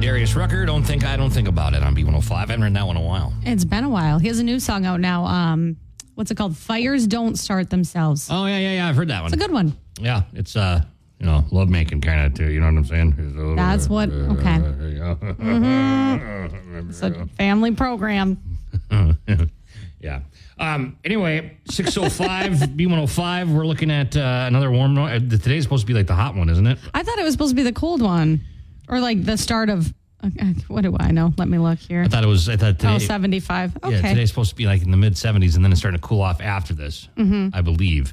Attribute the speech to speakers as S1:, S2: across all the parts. S1: Darius Rucker, don't think I don't think about it on B105. I haven't heard that one in a while.
S2: It's been a while. He has a new song out now. Um, what's it called? Fires don't start themselves.
S1: Oh yeah, yeah, yeah. I've heard that one.
S2: It's a good one.
S1: yeah, it's uh, you know, love making kind of too. You know what I'm saying? It's a-
S2: That's what- okay.
S1: Yeah.
S2: It's a family program.
S1: Yeah. Um, anyway, 605, B105, we're looking at uh, another warm. no- uh, Today's supposed to be like the hot one, isn't it?
S2: I thought it was supposed to be the cold one, or like the start of. okay, What do I know? Let me look here.
S1: I thought it was. I thought today.
S2: Oh, 75. Okay.
S1: yeah, today's supposed to be like in the mid 70s, and then it's starting to cool off after this,
S2: Mm-hmm.
S1: I believe.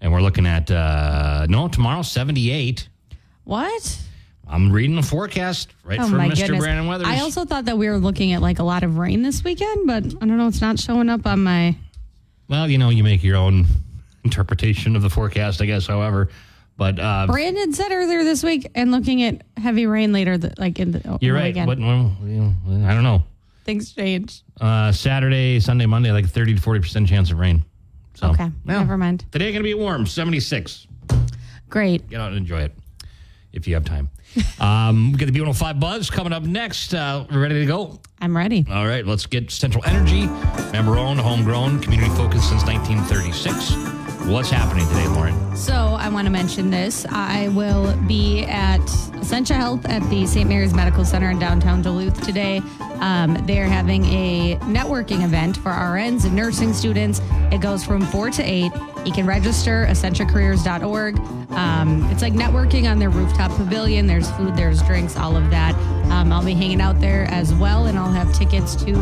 S1: And we're looking at, uh, no, tomorrow, 78.
S2: what?
S1: I'm reading the forecast right
S2: Oh
S1: from
S2: my
S1: Mr.
S2: goodness.
S1: Brandon Weathers.
S2: I also thought that we were looking at like a lot of rain this weekend, but I don't know. It's not showing up on my.
S1: well, you know, you make your own interpretation of the forecast, I guess, however. But uh,
S2: Brandon said earlier this week, and looking at heavy rain later, th- like in the oh,
S1: you're right.
S2: Again.
S1: What, well, you know, I don't know.
S2: Things change.
S1: Uh, Saturday, Sunday, Monday, like 30 to 40% chance of rain. So,
S2: Okay,
S1: Oh, yeah.
S2: never mind.
S1: Today going to be warm, 76.
S2: Great.
S1: Get out and enjoy it if you have time. um, we got the B105 Buzz coming up next. Uh, we're ready to go.
S2: I'm ready.
S1: All right, let's get Central Energy, member owned, homegrown, community focused since 1936. What's happening today, Lauren?
S2: So I want to mention this. I will be at Essentia Health at the St. Mary's Medical Center in downtown Duluth today. Um, they're having a networking event for RNs and nursing students. It goes from 4 to 8. You can register, essentiacareers.org. Um, it's like networking on their rooftop pavilion. There's food, there's drinks, all of that. Um, I'll be hanging out there as well, and I'll have tickets to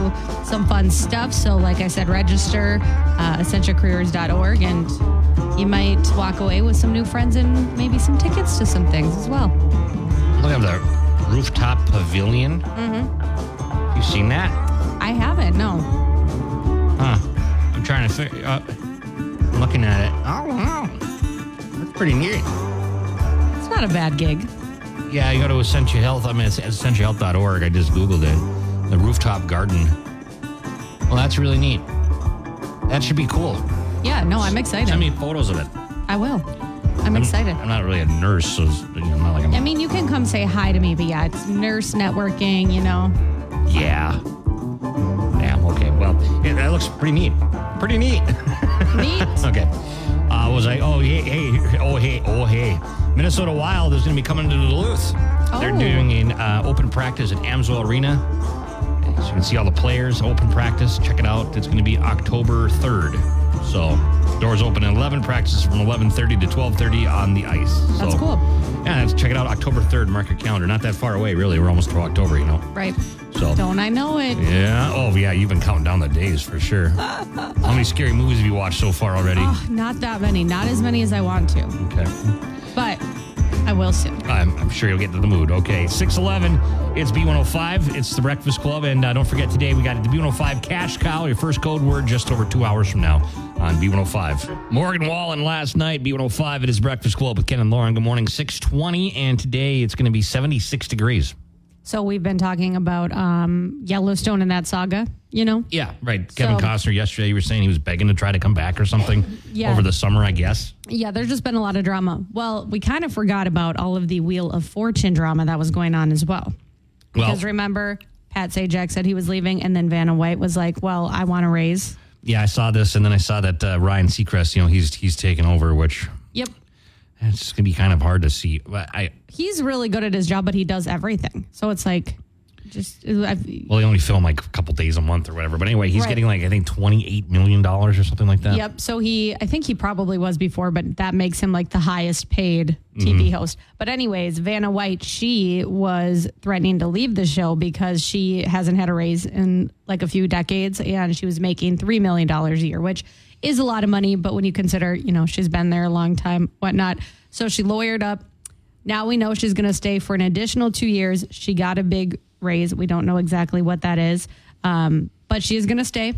S2: some fun stuff. So, like I said, register, uh, essentiacareers.org, and you might walk away with some new friends and maybe some tickets to some things as well.
S1: Look at the rooftop pavilion. Mm-hmm. You seen that?
S2: I haven't, no.
S1: Huh. I'm trying to figure uh, I'm looking at it. Oh, wow. That's pretty neat.
S2: It's not a bad gig.
S1: Yeah, you go to Essentia Health. I mean, it's essentialhealth.org. I just Googled it. The rooftop garden. Well, that's really neat. That should be cool.
S2: Yeah, no, I'm excited.
S1: Send me photos of it.
S2: I will. I'm excited.
S1: I'm not really a nurse, so it's- you know, I'm not like
S2: I
S1: I'm.
S2: mean, you can come say hi to me, but yeah, it's nurse networking, you know.
S1: Yeah. Yeah, okay. Well, yeah, that looks pretty neat. Pretty neat.
S2: Neat.
S1: Okay. Uh, was I? Oh hey, hey, oh hey, oh hey. Minnesota Wild is going to be coming to Duluth. They're
S2: Oh.
S1: doing an uh, open practice at Amsoil Arena. So you can see all the players. Open practice. Check it out. It's going to be October third. So doors open at eleven. Practice from eleven thirty to twelve thirty on the ice. So,
S2: That's cool.
S1: Yeah, let's check it out. October third. Mark your calendar. Not that far away, really. We're almost to October. You know.
S2: right.
S1: So.
S2: Don't I know it?
S1: Yeah. Oh, yeah. You've been counting down the days for sure. How many scary movies have you watched so far already?
S2: Oh, not that many. Not as many as I want to,
S1: Okay.
S2: but I will soon.
S1: I'm, I'm sure you'll get into the mood. Okay, 611, it's B105, it's the Breakfast Club. And uh, don't forget today, we got the B105 Cash Cow, your first code word just over two hours from now on B105. Morgan Wallen last night, B105, it is Breakfast Club with Ken and Lauren. Good morning, 620. And today it's going to be 76 degrees.
S2: So we've been talking about um, Yellowstone and that saga, you know.
S1: Yeah, right. Kevin
S2: So-
S1: Costner yesterday, you were saying he was begging to try to come back or something
S2: Yeah.
S1: over the summer, I guess.
S2: Yeah, there's just been a lot of drama. Well, we kind of forgot about all of the Wheel of Fortune drama that was going on as well.
S1: Well,
S2: Because
S1: Oh.
S2: remember, Pat Sajak said he was leaving, and then Vanna White was like, "Well, I want to raise."
S1: yeah, I saw this, and then I saw that uh, Ryan Seacrest, you know, he's he's taken over, which
S2: Yep,
S1: it's going to be kind of hard to see. But I,
S2: he's really good at his job, but he does everything. So it's like, just I've,
S1: Well, they only film like a couple days a month or whatever. But anyway, he's
S2: Right.
S1: getting like I think twenty eight million dollars or something like that.
S2: yep. So he, I think he probably was before, but that makes him like the highest paid TV host. But anyways, Vanna White, she was threatening to leave the show because she hasn't had a raise in like a few decades, and she was making three million dollars a year, which is a lot of money. But when you consider, you know, she's been there a long time, whatnot. So she lawyered up. Now we know she's going to stay for an additional two years. She got a big raise. We don't know exactly what that is, um, but she is going to stay.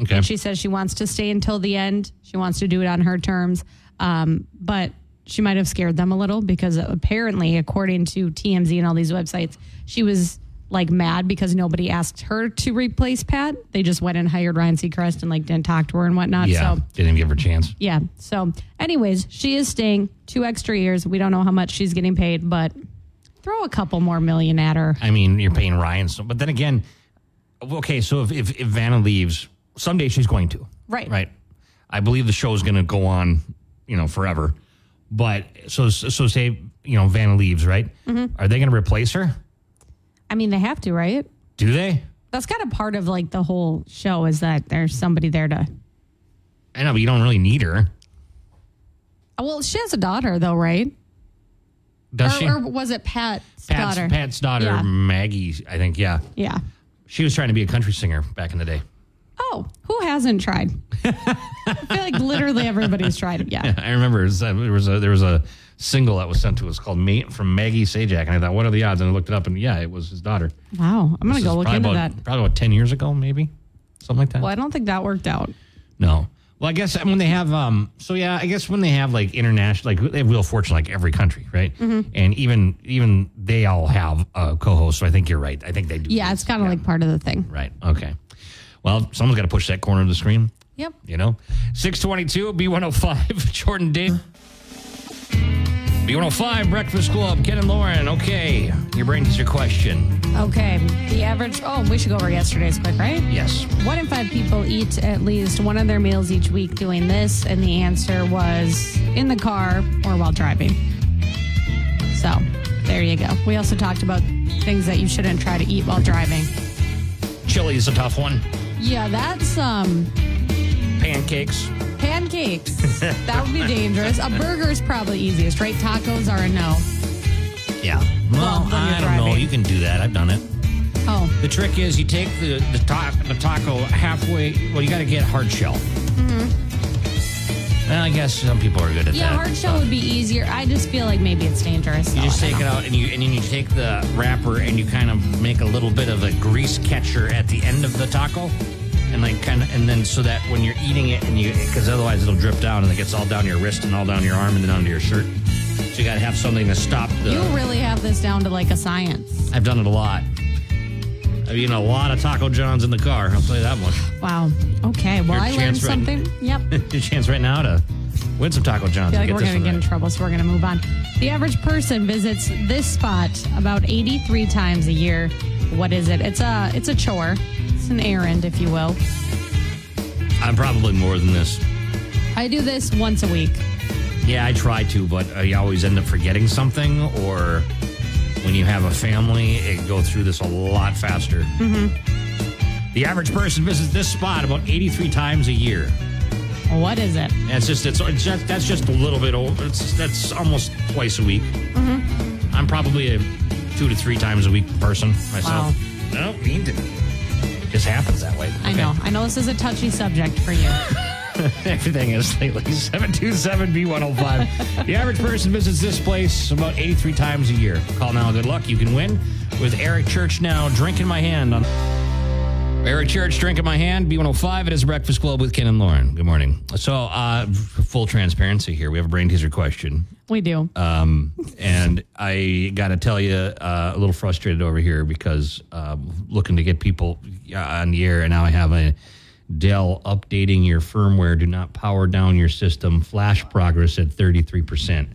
S1: Okay.
S2: And she says she wants to stay until the end. She wants to do it on her terms. Um, but she might have scared them a little because apparently, according to TMZ and all these websites, she was like mad because nobody asked her to replace Pat. They just went and hired Ryan Seacrest and like didn't talk to her and whatnot.
S1: yeah.
S2: So
S1: Didn't even give her a chance.
S2: yeah. So anyways, she is staying two extra years. We don't know how much she's getting paid, but Throw a couple more million at her.
S1: I mean, you're paying Ryan. So, but then again, okay. So if, if if Vanna leaves someday, she's going to.
S2: Right.
S1: Right. I believe the show's going to go on, you know, forever. But so so say you know Vanna leaves, right?
S2: Mm-hmm.
S1: Are they going to replace her?
S2: I mean, they have to, right?
S1: Do they?
S2: That's kind of part of like the whole show is that there's somebody there to.
S1: I know, but you don't really need her,
S2: Well, she has a daughter though, right?
S1: does
S2: or,
S1: she?
S2: or was it Pat's,
S1: Pat's
S2: daughter?
S1: Pat's daughter
S2: Yeah.
S1: Maggie, I think. Yeah,
S2: Yeah.
S1: she was trying to be a country singer back in the day.
S2: Oh, who hasn't tried? I feel like literally everybody's tried it. Yeah.
S1: I remember it was, uh, there was a, there was a single that was sent to us called Ma- from Maggie Sajak, and I thought, what are the odds? And I looked it up, and yeah, it was his daughter.
S2: Wow. I'm going
S1: This
S2: to
S1: is
S2: go look
S1: probably
S2: into that.
S1: about, Probably about ten years ago, maybe something like that.
S2: Well, I don't think that worked out.
S1: No. Well, I guess when they have, um, so yeah, I guess when they have like international, like they have Wheel of Fortune, like every country, right?
S2: Mm-hmm.
S1: And even even they all have a co-host. So I think you're right. I think they do.
S2: Yeah, it's kind of like part of the thing.
S1: right. Okay. Well, someone's got to push that corner of the screen.
S2: Yep.
S1: You know, six twenty-two B one hundred five Jordan Day. B one hundred five Breakfast Club. Ken and Lauren. Okay, your brain needs your question.
S2: Okay. The average. Oh, we should go over yesterday's quick, right?
S1: Yes.
S2: One in five people eat at least one of their meals each week doing this, and the answer was in the car or while driving. So there you go. We also talked about things that you shouldn't try to eat while driving.
S1: Chili is a tough one.
S2: Yeah, that's um
S1: Pancakes.
S2: pancakes. that would be dangerous. A burger is probably easiest, right? Tacos are a no.
S1: Yeah.
S2: Well,
S1: Well,
S2: when you're
S1: I don't know.
S2: driving.
S1: You can do that. I've done it.
S2: Oh,
S1: The trick is you take the the, ta- the taco halfway. Well, you got to get hard shell. Well, I guess some people are good at
S2: Mm-hmm. yeah,
S1: that.
S2: hard shell would be easier. I just feel like maybe it's dangerous.
S1: You just take it out and you and then you take the wrapper and you kind of make a little bit of a grease catcher at the end of the taco, and like kind of and then so that when you're eating it and you because otherwise it'll drip down and it gets all down your wrist and all down your arm and then onto your shirt. So you got to have something to stop the.
S2: You really have this down to like a science.
S1: I've done it a lot. I've eaten a lot of Taco Johns in the car. I'll tell you that much.
S2: Wow. Okay. Well,
S1: Your
S2: I learned
S1: chance right-
S2: something. Yep.
S1: your chance right now to win some Taco John's.
S2: feel
S1: and
S2: like we're
S1: this
S2: going to
S1: one
S2: get in
S1: right.
S2: trouble, so we're going to move on. The average person visits this spot about 83 times a year. What is it? It's a it's a chore. It's an errand, if you will.
S1: I'm probably more than this.
S2: I do this once a week.
S1: Yeah, I try to, but I always end up forgetting something, or when you have a family, it go through this a lot faster.
S2: Mm-hmm.
S1: The average person visits this spot about 83 times a year.
S2: What is it?
S1: That's just it's, it's just, that's just a little bit over. It's that's almost twice a week.
S2: Mm-hmm.
S1: I'm probably a two to three times a week person myself. I don't mean to. It just happens that way.
S2: I
S1: Okay.
S2: know. I know this is a touchy subject for you.
S1: Everything is lately. 727B105. the average person visits this place about 83 times a year. Call now. Good luck. You can win with Eric Church now, Drink in My Hand. on Eric Church, Drink in My Hand, B105. It is Breakfast Club with Ken and Lauren. Good morning. So, uh, f- full transparency here. We have a brain teaser question.
S2: We do.
S1: Um, and I got to tell you, uh, a little frustrated over here because um, looking to get people uh, on the air, and now I have a Dell updating your firmware. Do not power down your system. Flash progress at thirty three percent.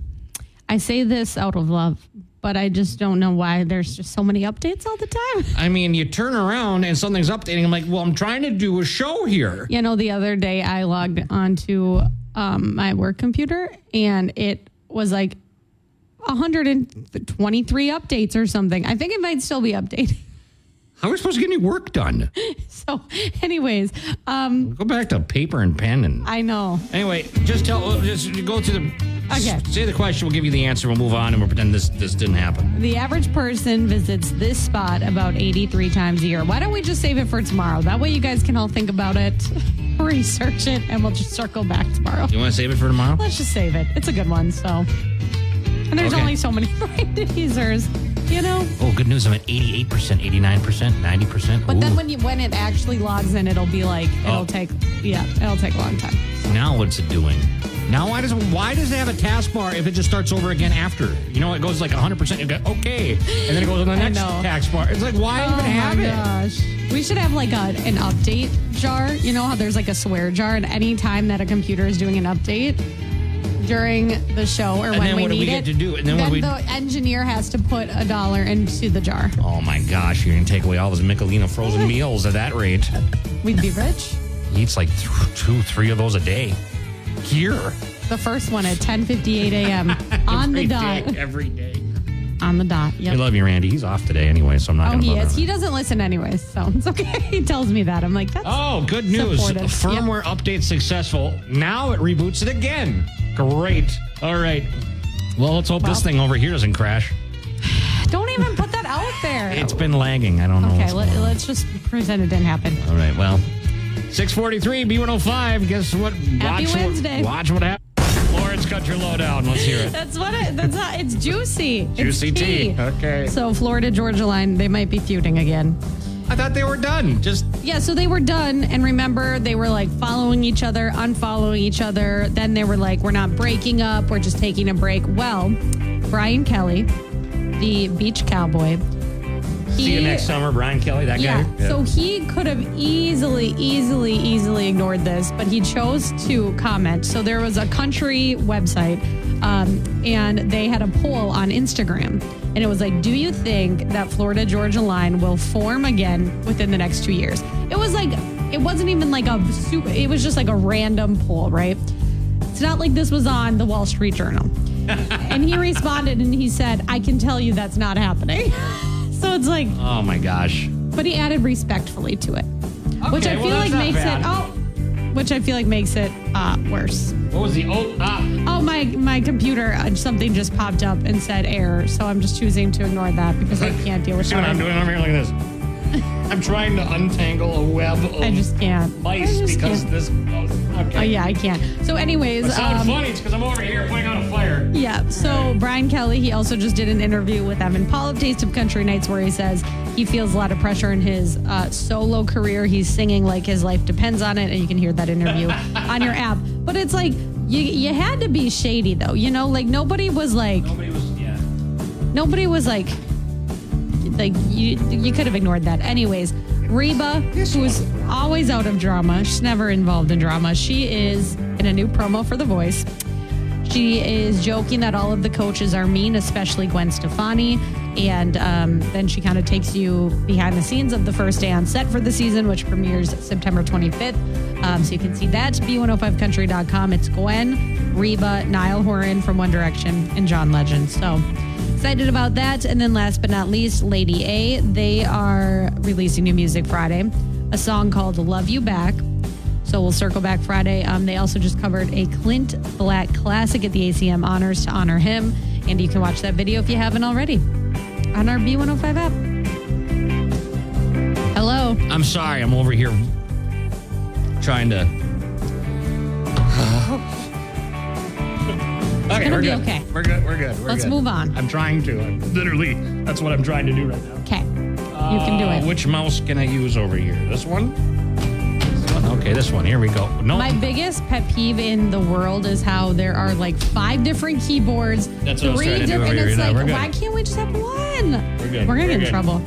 S2: I say this out of love, but I just don't know why there's just so many updates all the time.
S1: I mean, you turn around and something's updating. I'm like, well, I'm trying to do a show here.
S2: You know, the other day I logged onto um, my work computer and it was like 123 updates or something. I think it might still be updating.
S1: How are we supposed to get any work done?
S2: So, anyways, um,
S1: Go back to paper and pen and.
S2: I know.
S1: Anyway, just tell, uh, just go through the.
S2: Okay.
S1: Say the question. We'll give you the answer. We'll move on, and we'll pretend this this didn't happen.
S2: The average person visits this spot about 83 times a year. Why don't we just save it for tomorrow? That way you guys can all think about it, research it, and we'll just circle back tomorrow.
S1: You want to save it for tomorrow?
S2: Let's just save it. It's a good one, so. And there's
S1: Okay.
S2: only so many brain teasers, you know?
S1: Oh, good news! I'm at eighty-eight percent, eighty-nine percent, ninety percent.
S2: But then when you when it actually logs in, it'll be like it'll
S1: Oh.
S2: take yeah, it'll take a long time.
S1: now what's it doing? Now why does why does it have a taskbar if it just starts over again after? You know, it goes like hundred percent. You go okay, and then it goes on the next
S2: know. Oh,
S1: taskbar. It's like why even have
S2: my
S1: it?
S2: gosh. We should have like a, an update jar. You know how there's like a swear jar, and any time that a computer is doing an update, during the show or when
S1: then
S2: we
S1: what do
S2: need
S1: we get
S2: it.
S1: to do? And then what do we-
S2: the engineer has to put a dollar into the jar.
S1: Oh my gosh, you're gonna take away all his Michelina frozen meals at that rate.
S2: We'd be rich.
S1: He eats like th- two, three of those a day. Here.
S2: The first one at 10:58 a.m. on the
S1: Every
S2: dot.
S1: day, every day.
S2: On the dot.
S1: We
S2: Yep.
S1: love you, Randy. He's off today anyway, so I'm not
S2: Oh,
S1: gonna
S2: he
S1: bother
S2: is.
S1: him.
S2: He doesn't listen anyways, so it's okay. He tells me that. I'm like, that's
S1: Oh, good news.
S2: Supportive.
S1: Firmware update successful. Now it reboots it again. Great. All right. Well, let's hope this
S2: Well.
S1: thing over here doesn't crash.
S2: Don't even put that out there.
S1: It's been lagging. I don't know.
S2: okay,
S1: what's
S2: let,
S1: going on.
S2: let's just pretend it didn't happen.
S1: All right. Well, 643 B105. Guess what?
S2: Happy Wednesday.
S1: What, watch what happens. Lawrence got your lowdown. Let's hear it.
S2: That's what it, that's not, it's juicy. It's
S1: Juicy tea. Okay.
S2: So Florida Georgia line, they might be feuding again.
S1: I thought they were done. Just
S2: Yeah, so they were done and remember they were like following each other, unfollowing each other. Then they were like we're not breaking up, we're just taking a break. Well, Brian Kelly, the beach cowboy. He,
S1: see you next summer, Brian Kelly. That
S2: Yeah.
S1: guy.
S2: So he could have easily, easily, easily ignored this, but he chose to comment. So there was a country website, um, and they had a poll on Instagram, and it was like, "Do you think that Florida Georgia line will form again within the next two years?" It was like, it wasn't even like a super. It was just like a random poll, right? It's not like this was on the Wall Street Journal. and he responded and he said, I can tell you that's not happening. so it's like,
S1: oh my gosh.
S2: but he added respectfully to it, which
S1: Okay,
S2: I
S1: well,
S2: feel
S1: that's
S2: like
S1: not
S2: makes
S1: bad.
S2: it oh, which I feel like makes it uh, worse.
S1: What was the oh ah?
S2: Oh my my computer uh, something just popped up and said error, so I'm just choosing to ignore that because I can't deal with
S1: See what I'm
S2: that.
S1: doing over here? Look at this. I'm trying to untangle a web of
S2: I just can't. I
S1: mice
S2: just
S1: because
S2: can't.
S1: this. Oh, okay.
S2: Oh yeah, I can't. So, anyways,
S1: It's not
S2: um,
S1: funny. It's because I'm over here putting out a fire.
S2: Yeah. So Brian Kelly, he also just did an interview with Evan Paul of Taste of Country Nights, where he says he feels a lot of pressure in his uh, solo career. He's singing like his life depends on it, and you can hear that interview on your app. But it's like you you had to be shady though, you know. Like nobody was like
S1: Nobody was. Yeah.
S2: nobody was like like you you could have ignored that. Anyways, Reba, who's always out of drama, she's never involved in drama. She is in a new promo for The Voice. She is joking that all of the coaches are mean, especially Gwen Stefani. And um, then she kind of takes you behind the scenes of the first day on set for the season, which premieres September 25th. Um, so you can see that b105country.com. It's Gwen, Reba, Niall Horan from One Direction, and John Legend. So excited about that. And then last but not least, Lady A. They are releasing new music Friday, a song called Love You Back. So we'll circle back Friday. Um, they also just covered a Clint Black classic at the ACM Honors to honor him. And you can watch that video if you haven't already on our B105 app. Hello.
S1: I'm sorry. I'm over here trying to. okay,
S2: gonna
S1: we're
S2: be
S1: good.
S2: okay.
S1: We're good. We're good. We're
S2: Let's
S1: good.
S2: move on.
S1: I'm trying to. I'm literally, that's what I'm trying to do right now.
S2: Okay. You can do
S1: Uh,
S2: it.
S1: Which mouse can I use over here? This one? This one? Okay, this one. Here we go. No.
S2: My biggest pet peeve in the world is how there are like five different keyboards.
S1: That's what I was trying to do
S2: different.
S1: over here.
S2: It's
S1: No, we're
S2: like,
S1: good.
S2: why can't we just have one? We're
S1: good. We're
S2: We're gonna get in
S1: good.
S2: trouble.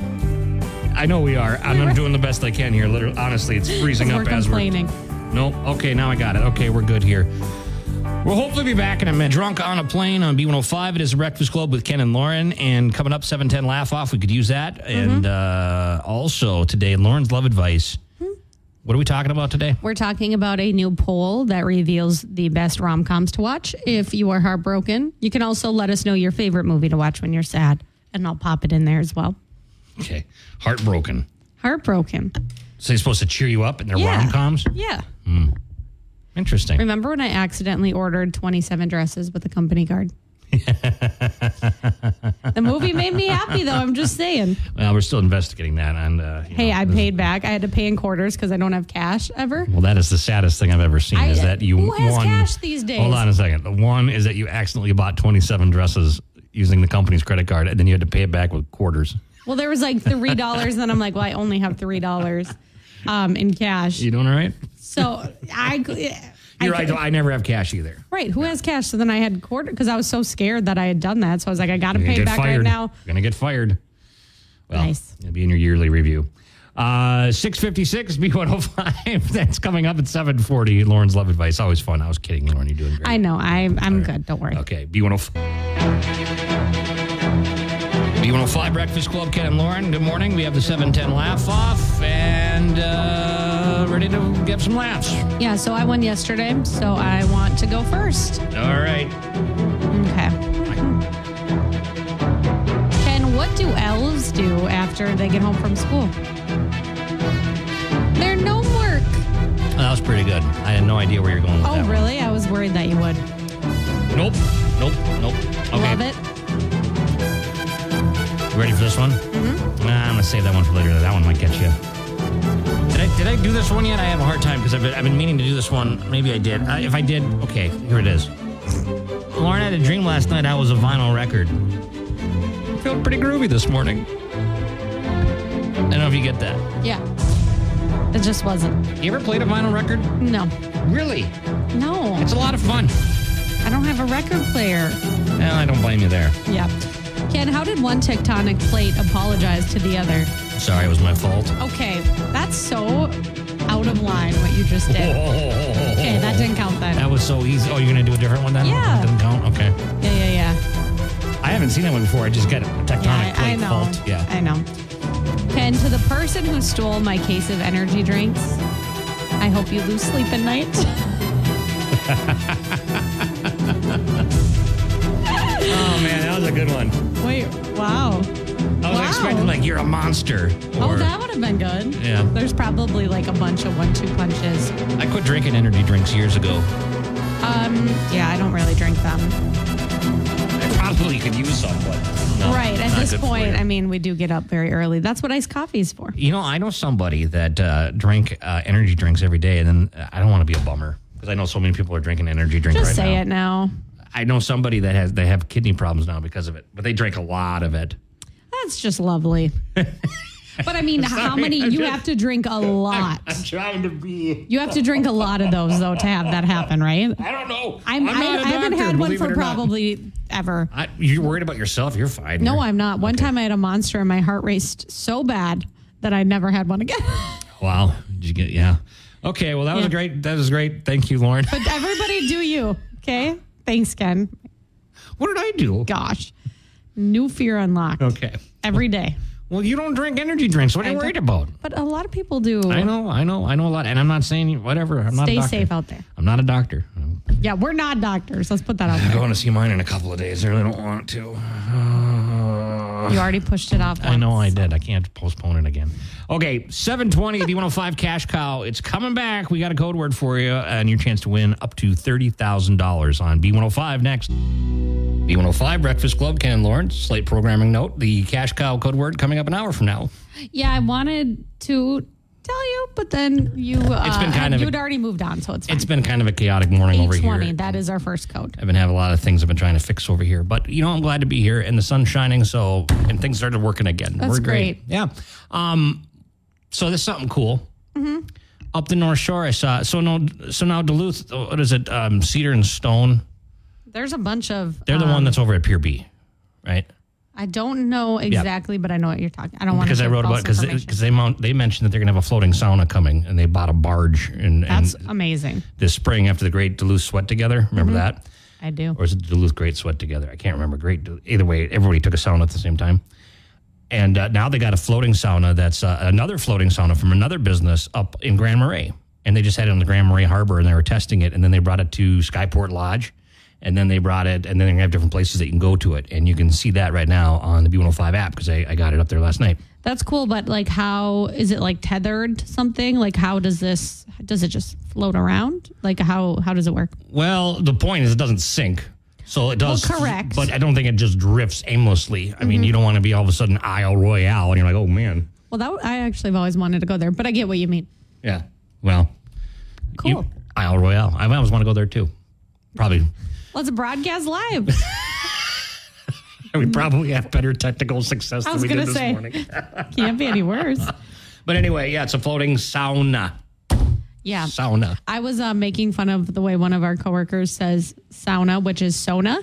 S1: I know we are. and I'm doing the best I can here. Literally, honestly, it's freezing
S2: We're
S1: up as we're
S2: complaining.
S1: Nope. Okay, now I got it. Okay, we're good here. We'll hopefully be back in a minute. Drunk on a plane on B105. It is the Breakfast Club with Ken and Lauren. And coming up, 710 Laugh Off. We could use that. And uh, also today, Lauren's Love Advice. What are we talking about today?
S2: We're talking about a new poll that reveals the best rom coms to watch if you are heartbroken. You can also let us know your favorite movie to watch when you're sad, and I'll pop it in there as well.
S1: Okay. Heartbroken.
S2: Heartbroken.
S1: So they're supposed to cheer you up in their
S2: Yeah.
S1: rom coms?
S2: Yeah.
S1: Interesting.
S2: Remember when I accidentally ordered 27 dresses with a company card? the movie made me happy, though. I'm just saying.
S1: Well, we're still investigating that. And uh, you
S2: Hey,
S1: know,
S2: I paid back. I had to pay in quarters because I don't have cash ever.
S1: well, that is the saddest thing I've ever seen.
S2: I-
S1: is that you?
S2: who has
S1: one,
S2: cash these days?
S1: Hold on a second. The one is that you accidentally bought twenty-seven dresses using the company's credit card, and then you had to pay it back with quarters.
S2: Well, there was like $3, and then I'm like, well, I only have $3 um, in cash.
S1: You doing all right?
S2: So I, I
S1: You're right. I never have cash either.
S2: right. Who has cash? So then I had quarter because I was so scared that I had done that. So I was like, I got to
S1: You're
S2: pay
S1: gonna
S2: back
S1: get fired
S2: right now.
S1: You're gonna get fired. Well,
S2: Nice.
S1: It'll be in your yearly review. Uh, 656 B105. That's coming up at 740. Lauren's Love Advice. Always fun. I was kidding, Lauren. You're doing great.
S2: I know. I, I'm good. Don't worry.
S1: Okay, B105. B105 Breakfast Club, Ken and Lauren. Good morning. We have the 710 laugh off and uh, ready to get some laughs.
S2: Yeah, so I won yesterday, so I want to go first.
S1: All right.
S2: Okay. Ken, what do elves do after they get home from school? They're no work.
S1: That was pretty good. I had no idea where you're going with
S2: Oh,
S1: that. one.
S2: really? I was worried that you would.
S1: Nope. Nope. Nope. Okay.
S2: Love it.
S1: You ready for this one? Mm-hmm. Nah, I'm gonna save that one for later. That one might get you. Did I, did I do this one yet? I have a hard time because I've been, I've been meaning to do this one. Maybe I did. Uh, if I did, okay, here it is. Lauren had a dream last night. I was a vinyl record. I feel pretty groovy this morning. I don't know if you get that.
S2: Yeah. It just wasn't.
S1: You ever played a vinyl record?
S2: No.
S1: Really?
S2: No.
S1: It's a lot of fun.
S2: I don't have a record player.
S1: Well, I don't blame you there.
S2: Yeah. Ken, how did one tectonic plate apologize to the other?
S1: Sorry, it was my fault.
S2: Okay, that's so out of line what you just did. Okay, that didn't count then.
S1: That was so easy. Oh, you're gonna do a different one then?
S2: Yeah.
S1: It didn't count. Okay.
S2: Yeah, yeah, yeah.
S1: I haven't seen that one before. I just got a tectonic
S2: Yeah, I,
S1: plate
S2: I know.
S1: fault. Yeah.
S2: I know. Ken, to the person who stole my case of energy drinks, I hope you lose sleep at night.
S1: Oh man, that was a good one.
S2: Wait, wow.
S1: I was
S2: Wow.
S1: expecting like you're a monster.
S2: Oh,
S1: or-
S2: that would have been good.
S1: Yeah.
S2: There's probably like a bunch of one-two punches.
S1: I quit drinking energy drinks years ago.
S2: Um, yeah, I don't really drink them.
S1: I probably could use some, but no,
S2: right. At
S1: not
S2: this
S1: good for
S2: point,
S1: you.
S2: I mean, we do get up very early. That's what iced coffee is for.
S1: You know, I know somebody that uh, drink uh, energy drinks every day, and then uh, I don't want to be a bummer because I know so many people are drinking energy drinks
S2: Just
S1: right
S2: say
S1: now.
S2: it now.
S1: I know somebody that has they have kidney problems now because of it, but they drink a lot of it.
S2: That's just lovely. but I mean, how
S1: sorry,
S2: many?
S1: I'm
S2: you
S1: just-
S2: have to drink a lot.
S1: trying to be.
S2: you have to drink a lot of those, though, to have that happen, right?
S1: I don't know.
S2: I'm,
S1: not
S2: I,
S1: a
S2: I haven't
S1: doctor,
S2: had one
S1: believe it
S2: for
S1: or not.
S2: probably ever.
S1: I, you're worried about yourself. You're fine.
S2: No,
S1: You're-
S2: I'm not. One time I had a monster and my heart raced so bad that I never had one again.
S1: Wow. Did you get? Yeah. Okay. Well, that was
S2: Yeah.
S1: a great. That was great. Thank you, Lauren.
S2: but everybody do you, okay? Thanks, Ken.
S1: what did I do?
S2: Gosh. New fear unlocked
S1: Okay.
S2: every day.
S1: Well, you don't drink energy drinks. What are you
S2: I
S1: worried
S2: don't-
S1: about?
S2: But a lot of people do.
S1: I know. I know. I know a lot. And I'm not saying you- whatever. I'm not. a
S2: Stay
S1: doctor.
S2: safe out there.
S1: I'm not a doctor. I'm
S2: Yeah, we're not doctors. Let's put that out there.
S1: going to see mine in a couple of days. I really don't want to. Uh,
S2: You already pushed it off.
S1: I know
S2: once.
S1: I did. I can't postpone it again. Okay, 720 D105 Cash Cow. It's coming back. We got a code word for you and your chance to win up to $30,000 on B105 next. B105 Breakfast Club, Ken and Lawrence. Slate programming note the Cash Cow code word coming up an hour from now.
S2: Yeah, I wanted to tell you, but then you. Uh,
S1: been kind of a-
S2: You'd already moved on, so it's fine.
S1: It's been kind of a chaotic morning over here.
S2: 820. That is our first code.
S1: I've been having a lot of things I've been trying to fix over here, but you know I'm glad to be here and the sun's shining, so and things started working again.
S2: That's
S1: We're
S2: great.
S1: Yeah. Um, so there's something cool.
S2: Mm-hmm.
S1: Up the North Shore, I saw. So no, so now Duluth. What is it? Um, Cedar and Stone.
S2: There's a bunch of.
S1: They're the
S2: um,
S1: one that's over at Pier B, right?
S2: I don't know exactly, but I know what you're talking. I don't want to.
S1: Because I wrote about because because they, mount they mentioned that they're gonna have a floating sauna coming, and they bought a barge and, and
S2: That's amazing.
S1: this spring after the Great Duluth Sweat Together. Remember
S2: Mm-hmm.
S1: that?
S2: I do.
S1: or is it the Duluth Great Sweat together? I can't remember. Great. Either way, everybody took a sauna at the same time. And uh, now they got a floating sauna that's uh, another floating sauna from another business up in Grand Marais. And they just had it on the Grand Marais Harbor and they were testing it. And then they brought it to Skyport Lodge. And then they brought it, and then they're going to have different places that you can go to it. And you can see that right now on the B105 app because I, I got it up there last night.
S2: That's cool, but like, how is it like tethered to something? Like, how does this? Does it just float around? Like, how how does it work?
S1: Well, the point is it doesn't sink. So it does.
S2: Well, correct. Mm-hmm.
S1: But I don't think it just drifts aimlessly. I mean, you don't want to be all of a sudden Isle Royale and you're like, oh, man.
S2: Well, that I actually have always wanted to go there, but I get what you mean.
S1: Yeah. Well,
S2: Cool.
S1: you- Isle Royale. I always want to go there too. Probably.
S2: Let's broadcast live.
S1: We probably have better technical success
S2: I
S1: than
S2: was
S1: we did
S2: gonna
S1: this
S2: say.
S1: morning.
S2: Can't be any worse.
S1: But anyway, yeah, it's a floating sauna.
S2: Yeah.
S1: Sauna.
S2: I was uh, making fun of the way one of our coworkers says sauna, which is sona,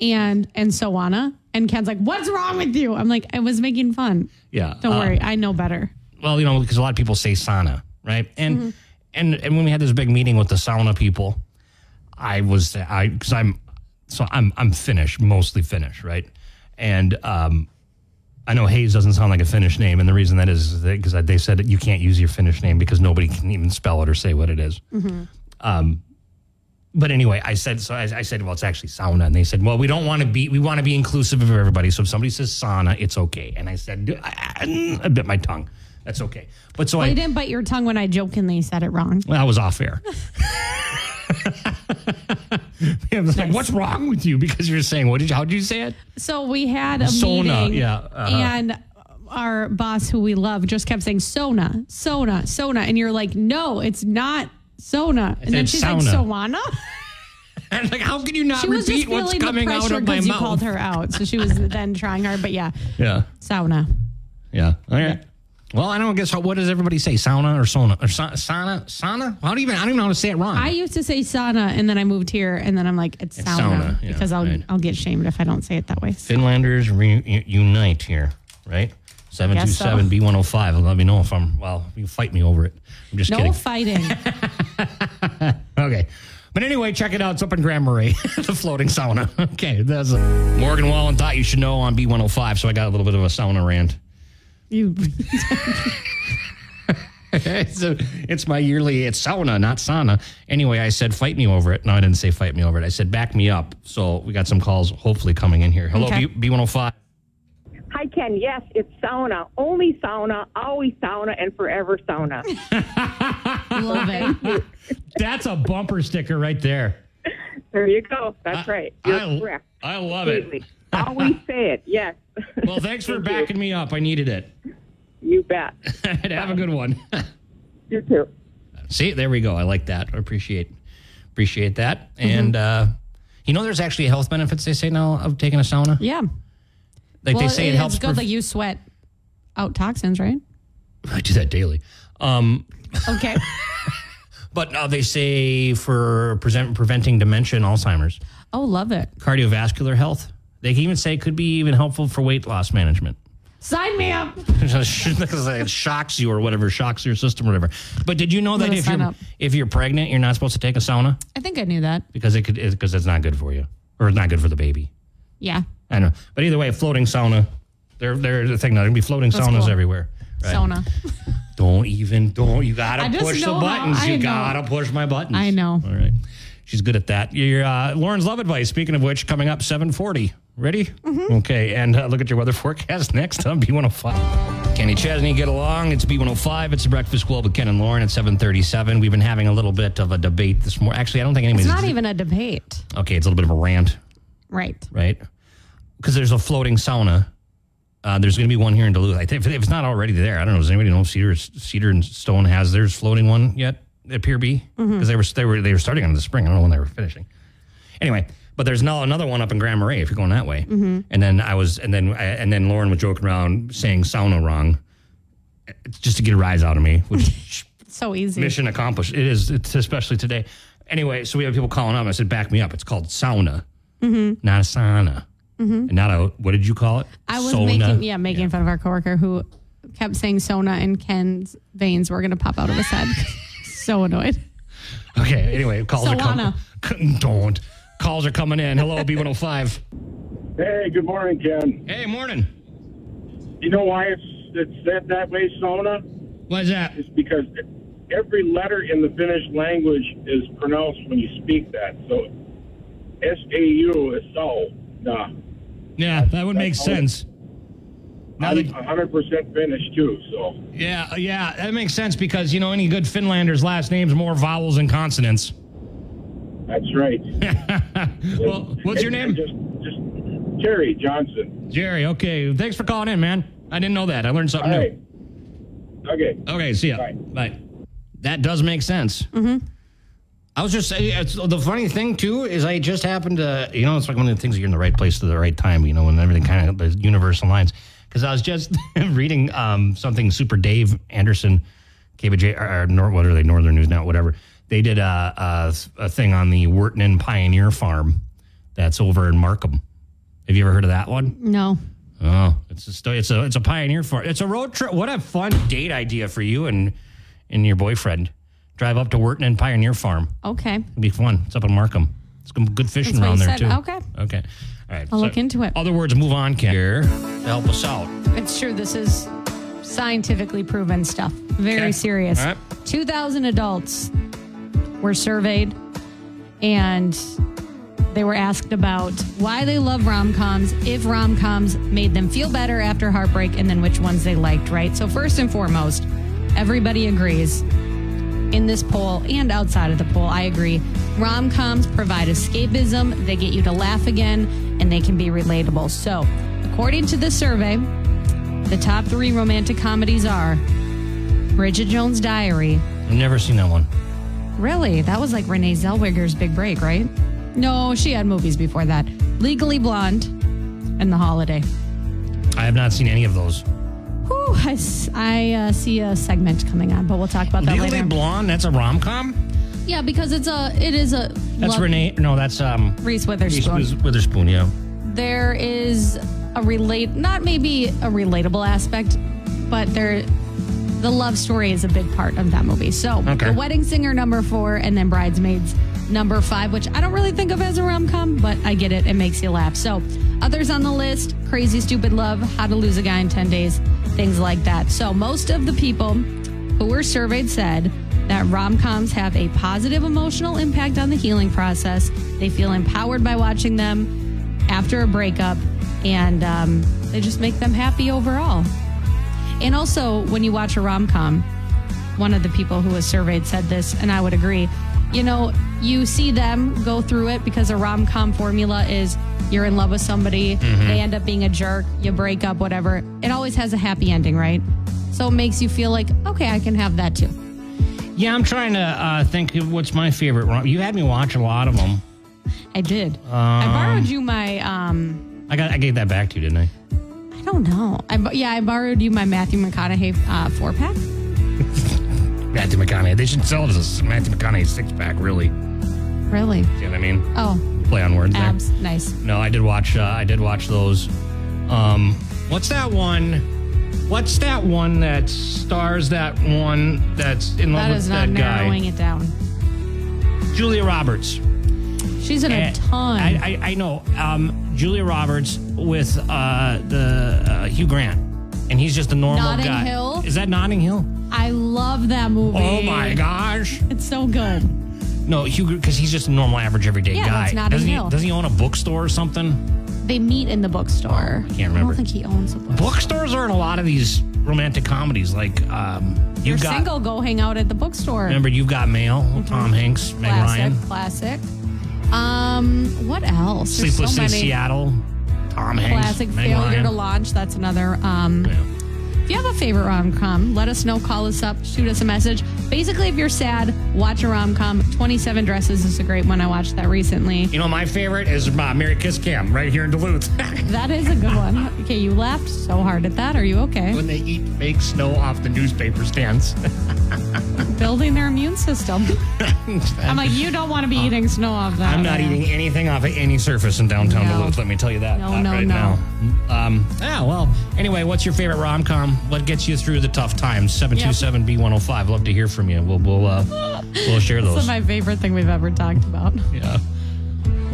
S2: and and soana, And Ken's like, what's wrong with you? I'm like, I was making fun.
S1: Yeah.
S2: Don't
S1: Uh,
S2: worry. I know better.
S1: well, you know, because a lot of people say sauna, right? And
S2: Mm-hmm.
S1: and and when we had this big meeting with the sauna people, I was I because I'm so I'm I'm Finnish, mostly Finnish, right? And um, I know Hayes doesn't sound like a Finnish name, and the reason that is because they said that you can't use your Finnish name because nobody can even spell it or say what it is. Um, but anyway, I said so. I, I said, well, it's actually sauna, and they said, well, we don't want to be we want to be inclusive of everybody. So if somebody says sauna, it's okay. And I said, I, I bit my tongue. That's okay. But so
S2: Well,
S1: I
S2: you didn't bite your tongue when I jokingly said it wrong.
S1: well, I was off air. I was like, "What's wrong with you?" Because you're saying, "What did you? How did you say it?"
S2: So we had a
S1: Sona,
S2: meeting,
S1: yeah, uh-huh.
S2: and our boss, who we love, just kept saying "Sona, Sona, Sona," and you're like, "No, it's not Sona." And then
S1: said
S2: she's like,
S1: sauna.
S2: "Soana."
S1: And like, how can you not
S2: She was just
S1: repeat
S2: feeling
S1: what's
S2: the
S1: coming out
S2: pressure
S1: of my
S2: because you called
S1: mouth?
S2: her out, so she was then trying hard. But yeah,
S1: Yeah,
S2: sauna.
S1: yeah. All right. Well, I don't guess how. What does everybody say? Sauna or sauna or sa- sauna? Sauna? How do you even? I don't even know how to say it wrong.
S2: I used to say sauna, and then I moved here, and then I'm like, "It's, sauna,",
S1: sauna, yeah,
S2: because I'll
S1: right.
S2: I'll get shamed if I don't say it that way. So-
S1: Finlanders reunite here, right? Seven two
S2: Guess so.
S1: seven B one zero five. Let me know if I'm. Well, you fight me over it. I'm just
S2: no
S1: kidding.
S2: fighting.
S1: Okay. But anyway, check it out. It's up in Grand Marais, the floating sauna. Okay, that's Morgan Wallen thought you should know on B105, so I got a little bit of a sauna rant.
S2: you
S1: it's, a- it's my yearly, it's sauna, not sauna. Anyway, I said, fight me over it. No, I didn't say fight me over it. I said, back me up. So we got some calls hopefully coming in here. Hello,
S2: Okay.
S1: B- B105.
S3: Hi, Ken. Yes, it's sauna. Only sauna, always sauna, and forever sauna.
S2: love it.
S1: That's a bumper sticker right there.
S3: there you go. That's right. You're
S1: I,
S3: correct.
S1: I love it.
S3: Completely. always say it. Yes.
S1: Well, thanks for backing me up. I needed it.
S3: you bet.
S1: Have a good one.
S3: You too.
S1: See, there we go. I like that. I appreciate appreciate that.
S2: Mm-hmm.
S1: And uh, you know, there's actually health benefits they say now of taking a sauna.
S2: Yeah.
S1: Like they
S2: Well,
S1: say it,
S2: it's
S1: helps.
S2: good.
S1: pref-
S2: like you sweat out toxins, right?
S1: I do that daily. Um,
S2: Okay.
S1: but uh, they say for present, preventing dementia and Alzheimer's,
S2: oh, love it.
S1: cardiovascular health. They can even say it could be even helpful for weight loss management.
S2: Sign me up.
S1: Because it shocks you or whatever, shocks your system or whatever. But did you know that
S2: gonna
S1: if
S2: sign
S1: you're
S2: up.
S1: if you're pregnant, you're not supposed to take a sauna
S2: I think I knew that.
S1: because it could because it's not good for you or it's not good for the baby.
S2: Yeah.
S1: I know. But either way, floating sauna. There, there's a thing now. There'll be floating saunas
S2: cool.
S1: everywhere. Right?
S2: Sauna.
S1: Don't even. Don't. You gotta
S2: I just
S1: push the
S2: know how-
S1: buttons.
S2: I
S1: you
S2: know.
S1: gotta push my buttons.
S2: I know.
S1: All right. She's good at that. Your uh, Lauren's love advice. Speaking of which, coming up 7:40. Ready?
S2: Mm-hmm.
S1: Okay. And uh, look at your weather forecast next on B105. Kenny Chesney, get along. It's B105. It's the Breakfast Club with Ken and Lauren at 7:37. We've been having a little bit of a debate this morning. Actually, I don't think anybody's.
S2: It's not even a debate.
S1: okay, it's a little bit of a rant
S2: Right.
S1: right? Because there's a floating sauna. Uh, there's going to be one here in Duluth. I think if, if it's not already there, I don't know. Does anybody know if Cedar Cedar and Stone has theirs floating one yet at Pier B? Because they were they were they were starting on the spring. I don't know when they were finishing. Anyway, but there's now another one up in Grand Marais if you're going that way. And then I was and then I, and then Lauren was joking around saying sauna wrong, eh, just to get a rise out of me, which
S2: It's so easy.
S1: mission accomplished. It is, it's especially today. Anyway, so we have people calling up. I said, back me up. It's called sauna, not a sauna, and not a what did you call it?
S2: Mm-hmm. I was
S1: Sauna.
S2: making yeah, making fun of our coworker who kept saying Sona and Ken's veins were gonna pop out of his head. so annoyed.
S1: Okay. Anyway, calls
S2: Sauna.
S1: are coming. Don't calls are coming in. Hello, B one hundred five.
S4: Hey, good morning, Ken.
S1: Hey, morning.
S4: You know why it's it's said that way, Sona?
S1: What's that?
S4: It's because every letter in the Finnish language is pronounced when you speak that. So S A U is so. Nah.
S1: Yeah, that would make sense. Now
S4: I'm
S1: that,
S4: 100% Finnish too, so
S1: yeah, yeah, that makes sense because you know any good Finlander's last name's more vowels and consonants.
S4: that's right.
S1: well, what's your name?
S4: And- and Just, just Terry Johnson.
S1: Jerry. Okay, thanks for calling in, man. I didn't know that. I learned something
S4: All
S1: new.
S4: right. Okay.
S1: Okay, see ya.
S4: Bye.
S1: Bye. That does make sense. Mm-hmm. I was just saying, it's, the funny thing too is I just happened to, you know, it's like one of the things you're in the right place at the right time, you know, when everything kind of the universe aligns. Because I was just reading um, something Super Dave Anderson, KBJ, or, or Nor- what are they, Northern News Now, whatever. They did a, a, a thing on the Wharton and Pioneer Farm that's over in Markham Have you ever heard of that one?
S2: No.
S1: Oh, it's a sto- it's a it's a pioneer for it's a road trip. What a fun date idea for you and and your boyfriend. Drive up to Wharton and Pioneer Farm.
S2: Okay.
S1: It'd be fun. It's up in Markham. It's some good fishing
S2: That's what
S1: around
S2: you
S1: there
S2: said.
S1: too.
S2: Okay.
S1: Okay. All right.
S2: I'll look into it.
S1: Other words, move on, Ken. Here to help us out.
S2: It's true. This is scientifically proven stuff. Very
S1: Okay.
S2: serious.
S1: All right.
S2: 2,000 adults were surveyed and they were asked about why they love rom coms, if rom coms made them feel better after heartbreak, and then which ones they liked, right? So, first and foremost, everybody agrees in this poll and outside of the poll, I agree. Rom coms provide escapism, they get you to laugh again, and they can be relatable. So, according to the survey, the top three romantic comedies are Bridget Jones' Diary.
S1: I've never seen that one.
S2: Really? That was like Renee Zellweger's big break, right? No, she had movies before that. Legally Blonde and The Holiday.
S1: I have not seen any of those.
S2: Whew, I, s- I, uh, see a segment coming on, but we'll talk about that
S1: Legally
S2: later.
S1: Blonde. That's a rom com.
S2: yeah, because it's a it is a
S1: That's
S2: love-
S1: Renee. No, that's um. Reese
S2: Reese Witherspoon.
S1: Wiz- Witherspoon. Yeah.
S2: there is a relate not maybe a relatable aspect but there the love story is a big part of that movie so
S1: Okay.
S2: the wedding singer number four and then bridesmaids number five which i don't really think of as a rom-com but i get it it makes you laugh so others on the list crazy stupid love how to lose a guy in 10 days things like that so most of the people who were surveyed said that rom-coms have a positive emotional impact on the healing process they feel empowered by watching them after a breakup and um, they just make them happy overall. And also, when you watch a rom com, one of the people who was surveyed said this, and I would agree. You know, you see them go through it because a rom com formula is you're in love with somebody,
S1: Mm-hmm.
S2: they end up being a jerk, you break up, whatever. It always has a happy ending, right? So it makes you feel like, okay, I can have that too.
S1: Yeah, I'm trying to uh, think of what's my favorite rom. You had me watch a lot of them.
S2: I did. I borrowed you my, um,
S1: I got I gave that back to you, didn't I?
S2: I don't know. I, bo- yeah, I borrowed you my Matthew McConaughey uh, four pack.
S1: Matthew McConaughey. They should sell it as a Matthew McConaughey six pack. Really. You
S2: Really?
S1: know what I mean?
S2: Oh,
S1: Play on words. there.
S2: abs. Nice.
S1: No, I did watch. Uh, I did watch those. Um, what's that one? What's that one that stars that one that's in love
S2: That
S1: with
S2: is not
S1: that
S2: narrowing
S1: guy?
S2: it down.
S1: Julia Roberts.
S2: She's in a
S1: Eh,
S2: ton.
S1: I, I, I know. Um, Julia Roberts with uh, the uh, Hugh Grant, and he's just a normal
S2: Notting
S1: guy.
S2: Hill?
S1: Is that Notting Hill?
S2: I love that movie.
S1: Oh my gosh!
S2: It's so good.
S1: No, Hugh because he's just a normal, average, everyday
S2: Yeah,
S1: guy.
S2: that's Notting
S1: doesn't
S2: Hill.
S1: he? Doesn't he own a bookstore or something?
S2: They meet in the bookstore.
S1: I can't
S2: I
S1: remember.
S2: don't think he owns a bookstore.
S1: Bookstores are in a lot of these romantic comedies. Like um, you
S2: You're
S1: got.
S2: single, go hang out at the bookstore.
S1: Remember, you've got mail. Tom Hanks, Meg
S2: classic,
S1: Ryan,
S2: classic. Um, what else? There's
S1: Sleepless
S2: so
S1: in
S2: many.
S1: Seattle. Tom Hanks,
S2: Classic
S1: Meg
S2: failure
S1: Ryan.
S2: to launch. That's another. Um,
S1: Yeah.
S2: If you have a favorite rom com, let us know. Call us up, shoot us a message. Basically, if you're sad, watch a rom com. 27 Dresses is a great one. I watched that recently.
S1: You know, my favorite is uh, Mary Kiss Cam right here in Duluth.
S2: That is a good one. Okay, you laughed so hard at that. Are you okay?
S1: when they eat fake snow off the newspaper stands.
S2: Building their immune system. I'm like, you don't want to be eating snow off that.
S1: I'm not
S2: man.
S1: eating anything off of any surface in downtown
S2: No.
S1: Duluth. Let me tell you that.
S2: No,
S1: not
S2: no,
S1: right
S2: no.
S1: now. Um, yeah. Well. Anyway, what's your favorite rom com? What gets you through the tough times? Seven two seven B one zero five. Love to hear from you. We'll we'll uh, we'll share those.
S2: This is my favorite thing we've ever talked about.
S1: Yeah.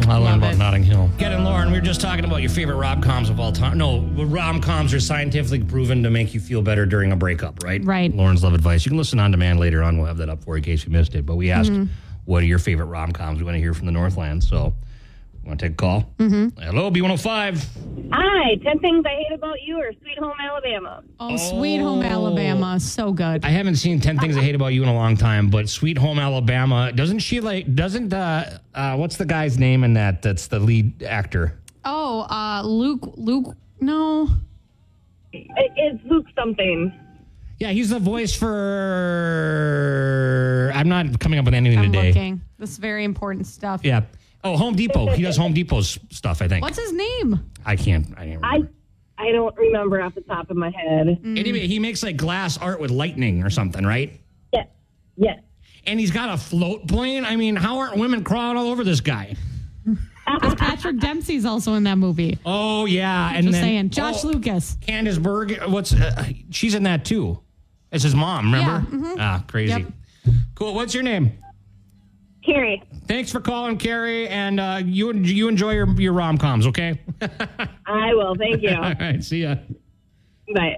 S1: I learned about
S2: it.
S1: Notting Hill. Ken and Lauren, we were just talking about your favorite rom coms of all time. No, rom coms are scientifically proven to make you feel better during a breakup, right?
S2: Right.
S1: Lauren's love advice. You can listen on demand later on. We'll have that up for you in case you missed it. But we asked,
S2: Mm-hmm.
S1: what are your favorite rom coms? We want to hear from the Northland. So, want to take a call? Mm-hmm. Hello, B105.
S3: Hi, 10 Things I Hate About You or Sweet Home Alabama.
S2: Oh, Sweet Home
S1: Oh.
S2: Alabama. So good.
S1: I haven't seen 10 Things I Hate About You in a long time, but Sweet Home Alabama, doesn't she like, doesn't, uh, uh, what's the guy's name in that that's the lead actor?
S2: Oh, uh, Luke, Luke, no.
S3: It, it's Luke something.
S1: Yeah, he's the voice for. I'm not coming up with anything
S2: I'm
S1: today.
S2: looking. This is very important stuff.
S1: Yeah. Oh, Home Depot. he does Home Depot's stuff. I think.
S2: What's his name?
S1: I can't. I can't.
S3: I
S1: Remember.
S3: I don't remember off the top of my head.
S1: Anyway, he makes like glass art with lightning or something, right?
S3: Yes, yes.
S1: And he's got a float plane. I mean, how aren't women crawling all over this guy?
S2: 'Cause Patrick Dempsey's also in that movie.
S1: Oh yeah, and
S2: Just
S1: then,
S2: saying. Josh
S1: oh,
S2: Lucas.
S1: Candace Berg, what's uh, she's in that too? It's his mom, remember?
S2: Yeah, mhm.
S1: Ah, crazy.
S2: Yep.
S1: Cool. What's your name?
S3: Carrie.
S1: Thanks for calling, Carrie, and uh, you you enjoy your your rom coms, okay?
S3: I will. Thank you.
S1: All right, see ya.
S3: but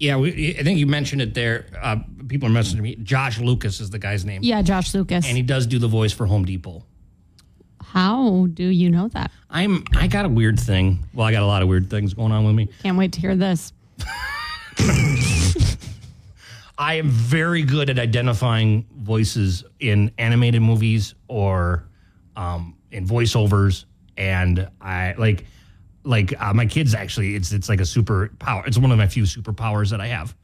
S1: Yeah, we, I think you mentioned it there. Uh, people are messaging me. Josh Lucas is the guy's name,
S2: Yeah, Josh Lucas.
S1: and he does do the voice for Home Depot.
S2: How do you know that?
S1: I'm I got a weird thing. Well, I got a lot of weird things going on with me.
S2: Can't wait to hear this.
S1: I am very good at identifying voices in animated movies or um, in voiceovers, and I like like uh, my kids actually. It's it's like a superpower. It's one of my few superpowers that I have.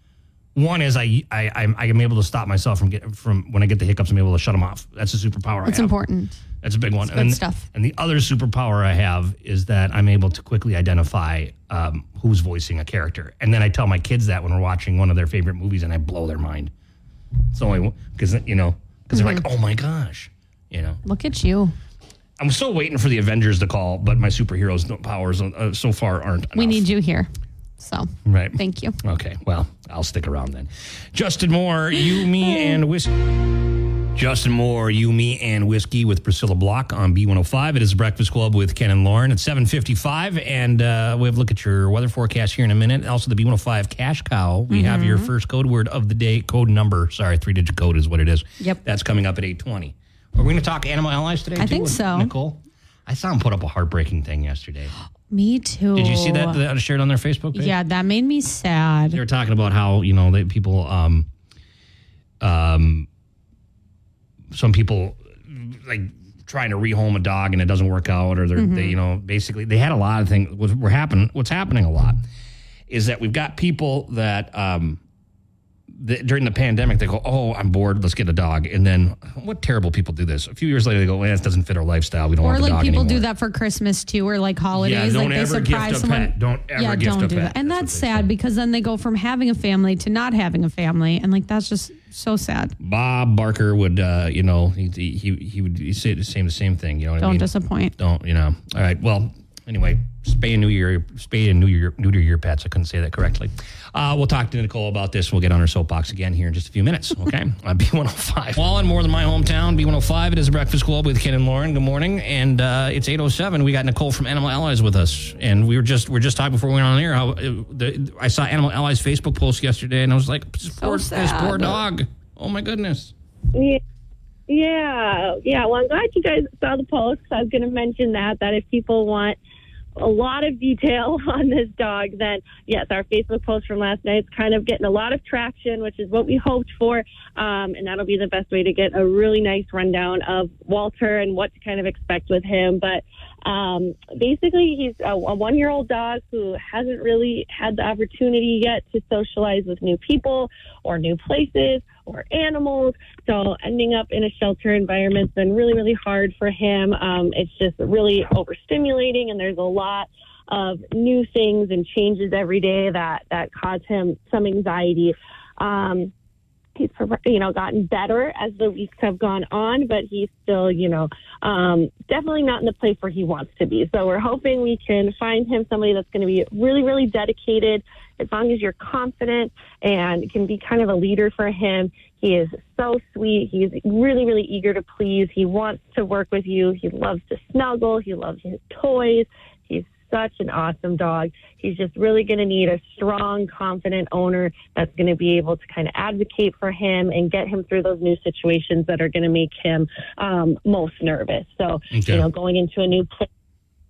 S1: One is I I I'm, I'm able to stop myself from get from when I get the hiccups. I'm able to shut them off. That's a superpower.
S2: It's
S1: I have.
S2: important.
S1: That's a big one.
S2: good
S1: and,
S2: stuff.
S1: And the other superpower I have is that I'm able to quickly identify um, who's voicing a character, and then I tell my kids that when we're watching one of their favorite movies, and I blow their mind. It's only because you know because they're
S2: Mm-hmm.
S1: like, oh my gosh, you know.
S2: Look at you.
S1: I'm still waiting for the Avengers to call, but my superheroes don't- powers uh, so far aren't.
S2: We
S1: enough.
S2: need you here. So
S1: right.
S2: thank you.
S1: Okay, well, I'll stick around then. Justin Moore, you, me, and whiskey. Justin Moore, you, me, and whiskey with Priscilla Block on B105. It is the Breakfast Club with Ken and Lauren at 7:55, and uh, we have a look at your weather forecast here in a minute. Also, the B105 cash cow. We
S2: Mm-hmm.
S1: have your first code word of the day, code number. Sorry, three digit code is what it is.
S2: Yep.
S1: that's coming up at 8:20. Are we going to talk animal allies today?
S2: I
S1: too,
S2: think
S1: with
S2: so.
S1: Nicole, I saw him put up a heartbreaking thing yesterday.
S2: Me too.
S1: Did you see
S2: Oh.
S1: that that I shared on their Facebook page?
S2: Yeah, that made me sad.
S1: they were talking about how you know that people um um some people like trying to rehome a dog and it doesn't work out or they're
S2: Mm-hmm.
S1: they, you know basically they had a lot of things what were happening what's happening a lot is that we've got people that um th- during the pandemic, they go, "Oh, I'm bored. Let's get a dog." And then, what terrible people do this? A few years later, they go, "Well, this doesn't fit our lifestyle. We don't
S2: Or
S1: want the
S2: like
S1: dog
S2: people do
S1: anymore."
S2: that for Christmas too, or like holidays.
S1: Yeah, don't
S2: like they
S1: ever gift
S2: surprise
S1: a
S2: someone.
S1: pet. Don't ever
S2: yeah,
S1: gift
S2: don't
S1: a
S2: do
S1: pet.
S2: that. And
S1: That's what
S2: that's
S1: they
S2: sad because then they go from having a family to not having a family, and like that's just so sad.
S1: Bob Barker would, uh, you know, he he he would say the same the same thing. You know what
S2: Don't
S1: I mean?
S2: disappoint.
S1: don't you know all right well anyway spay and new year spay and new year neuter your pets i couldn't say that correctly uh, we'll talk to nicole about this we'll get on her soapbox again here in just a few minutes okay Uh, on b105 Wallen, more than my hometown b105 it is breakfast club with ken and lauren good morning and uh, it's 807 we got nicole from animal allies with us and we were just we are just talking before we went on air how uh, the, i saw animal allies facebook post yesterday and i was like this poor, this
S2: sad.
S1: poor dog oh my goodness
S5: Yeah. Yeah, yeah. Well, I'm glad you guys saw the post. 'cause I was going to mention that that if people want a lot of detail on this dog, then yes, our Facebook post from last night is kind of getting a lot of traction, which is what we hoped for, um, and that'll be the best way to get a really nice rundown of Walter and what to kind of expect with him. But um, basically, he's a, a one-year-old dog who hasn't really had the opportunity yet to socialize with new people or new places or animals. So ending up in a shelter environment's been really, really hard for him. Um, it's just really overstimulating, and there's a lot of new things and changes every day that that cause him some anxiety. Um, he's pro- you know gotten better as the weeks have gone on, but he's still you know um, definitely not in the place where he wants to be. So we're hoping we can find him somebody that's going to be really, really dedicated. As long as you're confident and can be kind of a leader for him, he is so sweet. He's really, really eager to please. He wants to work with you. He loves to snuggle. He loves his toys. He's such an awesome dog. He's just really going to need a strong, confident owner that's going to be able to kind of advocate for him and get him through those new situations that are going to make him um, most nervous. So,
S1: Okay.
S5: you know, going into a new place.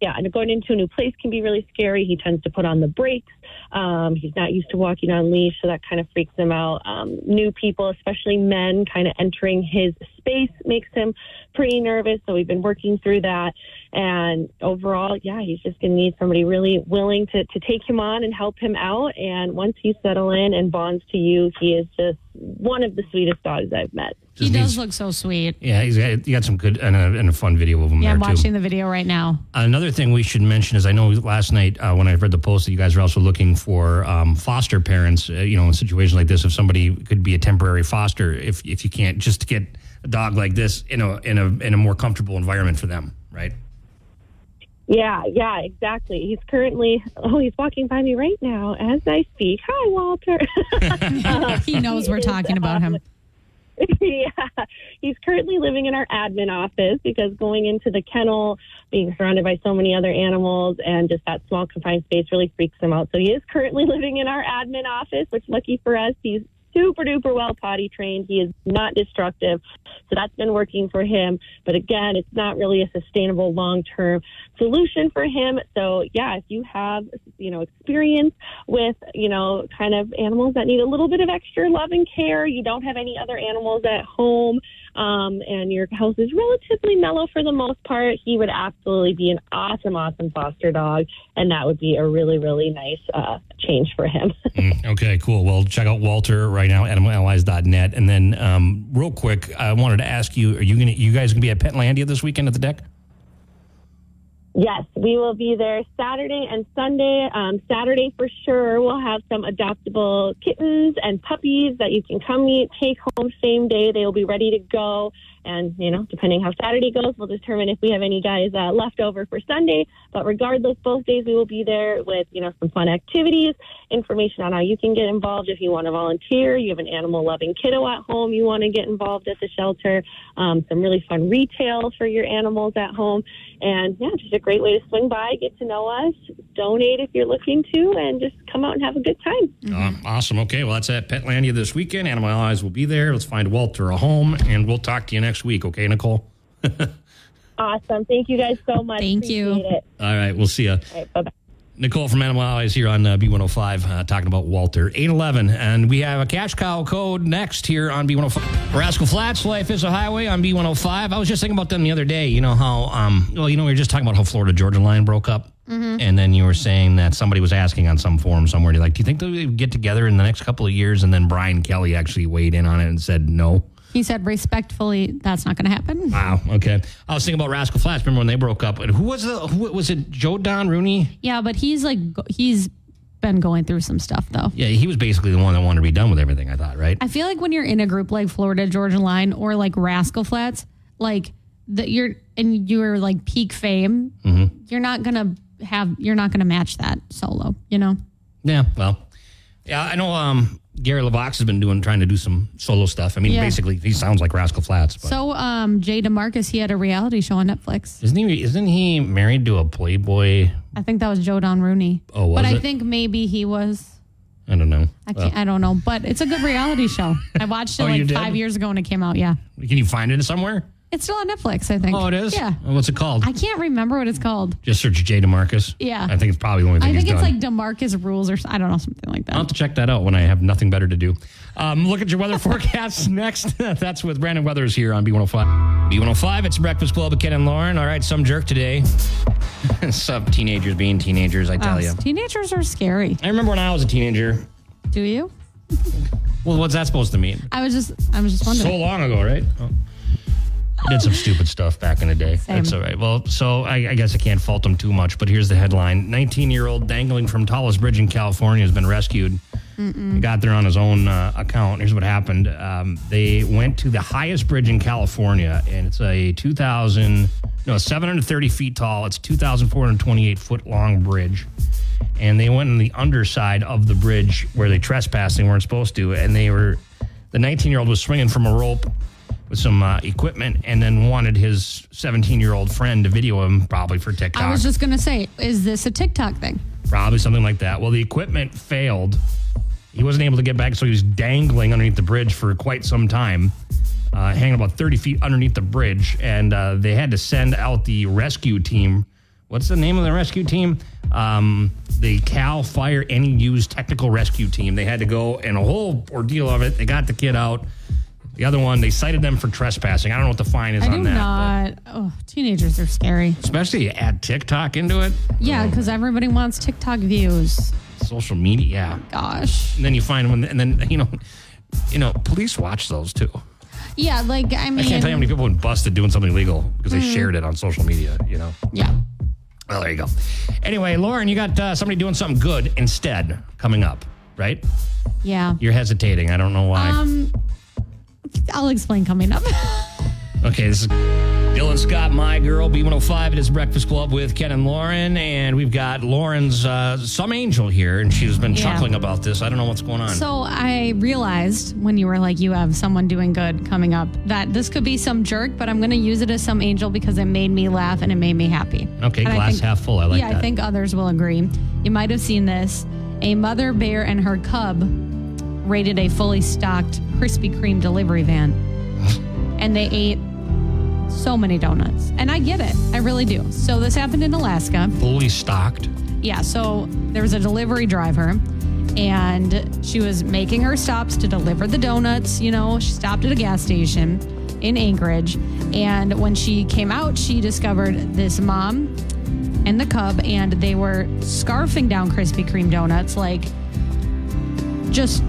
S5: Yeah, and going into a new place can be really scary. He tends to put on the brakes. Um, he's not used to walking on leash, so that kind of freaks him out. Um, new people, especially men, kind of entering his space makes him pretty nervous. So we've been working through that. And overall, yeah, he's just going to need somebody really willing to, to take him on and help him out. And once he's settled in and bonds to you, he is just one of the sweetest dogs I've met.
S2: He
S1: Just
S2: does
S1: needs-
S2: look so sweet.
S1: yeah he's got, he got some good and a, and a fun video of him
S2: Yeah,
S1: there
S2: I'm
S1: too
S2: watching the video right now.
S1: Another thing we should mention is I know last night uh, when I read the post that you guys are also looking for um, foster parents. Uh, you know, in situations like this, if somebody could be a temporary foster, if if you can't just get a dog like this in a in a in a more comfortable environment for them, right?
S5: Yeah, yeah, exactly. He's currently, oh, he's walking by me right now as I speak. Hi, Walter.
S2: he knows we're talking about him.
S5: yeah, he's currently living in our admin office because going into the kennel, being surrounded by so many other animals, and just that small confined space really freaks him out. So he is currently living in our admin office, which lucky for us, he's super duper well potty trained. He is not destructive. So that's been working for him. But again, it's not really a sustainable long term solution for him. So yeah, if you have, you know, experience with, you know, kind of animals that need a little bit of extra love and care, you don't have any other animals at home, um, and your house is relatively mellow for the most part, he would absolutely be an awesome, awesome foster dog. And that would be a really, really nice uh, change for him.
S1: Mm, okay, cool. Well, check out Walter right now, animalallies.net. And then, um, real quick, I wanted to ask you: Are you gonna, you guys gonna be at Petlandia this weekend at the deck?
S5: Yes, we will be there Saturday and Sunday. Um, Saturday for sure, we'll have some adoptable kittens and puppies that you can come meet, take home same day. They will be ready to go. And, you know, depending how Saturday goes, we'll determine if we have any guys uh, left over for Sunday. But regardless, both days we will be there with, you know, some fun activities, information on how you can get involved if you want to volunteer, you have an animal loving kiddo at home, you want to get involved at the shelter, um, some really fun retail for your animals at home. And yeah, just a great way to swing by, get to know us, donate if you're looking to, and just come out and have a good time.
S1: Um, awesome. Okay, well, that's at Petlandia this weekend. Animal Allies will be there. Let's find Walter a home, and we'll talk to you next week. Okay, Nicole.
S5: Awesome. Thank you guys so much.
S2: Thank you.
S5: Appreciate It.
S1: All right, we'll see you.
S5: All right, bye bye.
S1: Nicole from Animal Allies here on uh, B105 uh, talking about Walter 811. And we have a cash cow code next here on B105. Rascal Flats, Life is a Highway on B105. I was just thinking about them the other day. You know how, um, well, you know, we were just talking about how Florida Georgia line broke up. And then you were saying that somebody was asking on some forum somewhere, like, do you think they'll get together in the next couple of years? And then Brian Kelly actually weighed in on it and said no.
S2: He said respectfully, that's not going to happen.
S1: Wow. Okay. I was thinking about Rascal Flats. Remember when they broke up? And who was the, who was it? Joe Don Rooney?
S2: Yeah, but he's like, go- he's been going through some stuff though.
S1: Yeah, he was basically the one that wanted to be done with everything, I thought, right?
S2: I feel like when you're in a group like Florida Georgia Line or like Rascal Flats, like that you're and you're like peak fame,
S1: Mm-hmm.
S2: you're not gonna have you're not gonna match that solo. You know,
S1: Yeah, well. Yeah, I know um Gary LaVox has been doing trying to do some solo stuff. I mean,
S2: Yeah.
S1: basically he sounds like Rascal Flats, but
S2: so um, Jay DeMarcus he had a reality show on Netflix.
S1: isn't he isn't he married to a Playboy?
S2: I think that was Joe Don Rooney.
S1: Oh, was
S2: but I
S1: it?
S2: think maybe he was.
S1: I don't know.
S2: I can't. I don't know, but it's a good reality show. I watched it
S1: Oh, you
S2: like
S1: did?
S2: five years ago when it came out. Yeah,
S1: Can you find it somewhere?
S2: it's still on Netflix. I think.
S1: Oh, it is?
S2: Yeah,
S1: Oh, what's it called?
S2: I can't remember what it's called.
S1: Just search Jay DeMarcus.
S2: Yeah.
S1: I think it's probably the only thing
S2: I think
S1: he's
S2: it's
S1: done.
S2: like DeMarcus rules or s- I don't know something like that.
S1: I'll have to check that out when I have nothing better to do. Um, look at your weather forecast next. That's with Brandon Weathers here on B105. B105, it's Breakfast Club with Ken and Lauren. All right, some jerk today. some teenagers being teenagers, I tell
S2: Us.
S1: you.
S2: Teenagers are scary.
S1: I remember when I was a teenager.
S2: Do you?
S1: Well, what's that supposed to mean?
S2: I was just I was just wondering.
S1: So long ago, right? Oh. I did some stupid stuff back in the day.
S2: Same.
S1: That's all right. Well, so I, I guess I can't fault them too much, but here's the headline 19 year old dangling from tallest bridge in California has been rescued.
S2: Mm-hmm.
S1: He got there on his own uh, account. Here's what happened um, they went to the highest bridge in California, and it's a 2,000, no, 730 feet tall. It's 2,428 foot long bridge and they went on the underside of the bridge where they trespassed. They weren't supposed to, and they were. The 19 year old was swinging from a rope with some uh, equipment, and then wanted his 17 year old friend to video him, probably for TikTok,
S2: I was just gonna say, is this a TikTok thing?
S1: probably something like that. Well, the equipment failed. He wasn't able to get back, so he was dangling underneath the bridge for quite some time, uh, hanging about 30 feet underneath the bridge. And uh, they had to send out the rescue team. What's the name of the rescue team? Um, the Cal Fire NEU's Technical Rescue Team. They had to go and a whole ordeal of it. They got the kid out. The other one, they cited them for trespassing. I don't know what the fine is
S2: I
S1: on
S2: do
S1: that. but
S2: not. Oh, teenagers are scary.
S1: Especially you add TikTok into it,
S2: Yeah, because everybody wants TikTok views.
S1: social media. Yeah.
S2: Gosh.
S1: And then you find them, and then you know, you know, police watch those too.
S2: Yeah, like I
S1: I
S2: mean,
S1: can't tell you how many people have been busted doing something illegal because they shared it on social media. You know.
S2: yeah.
S1: Well, there you go. Anyway, Lauren, you got uh, somebody doing something good instead coming up, right?
S2: Yeah.
S1: You're hesitating. I don't know why.
S2: Um, I'll explain coming up.
S1: okay, this is. Dylan Dylan Scott, my girl, B105. It is Breakfast Club with Ken and Lauren, and we've got Lauren's uh, some angel here, and she's been
S2: Yeah.
S1: chuckling about this. I don't know what's going on.
S2: So I realized when you were like, you have someone doing good coming up, that this could be some jerk, but I'm going to use it as some angel because it made me laugh and it made me happy.
S1: Okay,
S2: And I
S1: glass half full. I like
S2: yeah,
S1: that.
S2: I think others will agree. You might have seen this. A mother bear and her cub raided a fully stocked Krispy Kreme delivery van, and they ate so many donuts. And I get it. I really do. So this happened in Alaska.
S1: Fully stocked.
S2: Yeah, so there was a delivery driver and she was making her stops to deliver the donuts. You know, she stopped at a gas station in Anchorage. And when she came out, she discovered this mom and the cub, and they were scarfing down Krispy Kreme donuts like just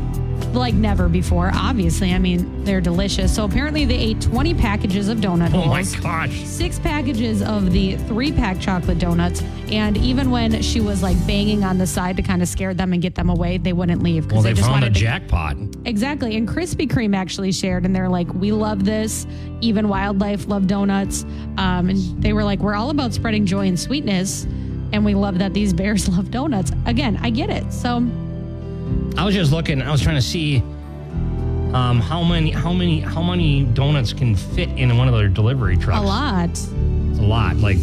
S2: like never before, obviously. I mean, they're delicious. So apparently, they ate 20 packages of donut
S1: Oh my
S2: holes
S1: gosh.
S2: six packages of the three pack chocolate donuts. And even when she was like banging on the side to kind of scare them and get them away, they wouldn't leave
S1: Well,
S2: because
S1: they
S2: they just
S1: found a
S2: wanted to.
S1: jackpot.
S2: Exactly. And Krispy Kreme actually shared, and they're like, we love this. Even wildlife love donuts. Um, and they were like, we're all about spreading joy and sweetness. And we love that these bears love donuts. Again, I get it. So
S1: I was just looking. I was trying to see um, how many, how many, how many donuts can fit in one of their delivery trucks.
S2: a lot.
S1: It's a lot. Like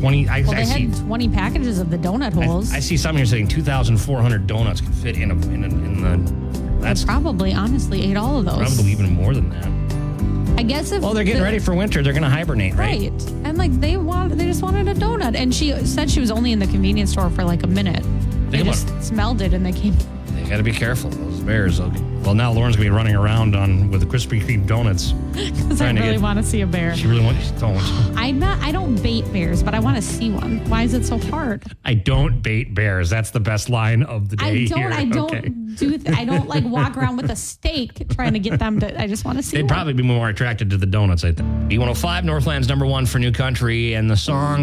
S1: twenty. I,
S2: Well,
S1: I
S2: they
S1: see.
S2: had 20 packages of the donut
S1: I,
S2: holes.
S1: I see something here saying two thousand four hundred donuts can fit in a in, a, in the. That's
S2: Probably, honestly, ate all of those.
S1: probably even more than that.
S2: I guess if
S1: Well, they're getting
S2: the-
S1: ready for winter. They're going to hibernate, right?
S2: Right. And like they want they just wanted a donut. And she said she was only in the convenience store for like a minute. They,
S1: They
S2: just smelled it and they came
S1: They got to be careful. Those bears. Okay. Well, now Lauren's going to be running around on with the Krispy Kreme donuts.
S2: because I
S1: Trying to
S2: really
S1: get-
S2: want to see a bear.
S1: She really wants. Don't.
S2: I'm not I don't bait bears, but I want to see one. Why is it so hard?
S1: I don't bait bears. That's the best line of the day.
S2: I don't
S1: here.
S2: I don't
S1: Okay.
S2: do th- I don't like walk around with a stake trying to get them to I just want to see
S1: They'd
S2: one.
S1: oh probably be more attracted to the donuts, I think. B105, Northland's number one for new country, and the song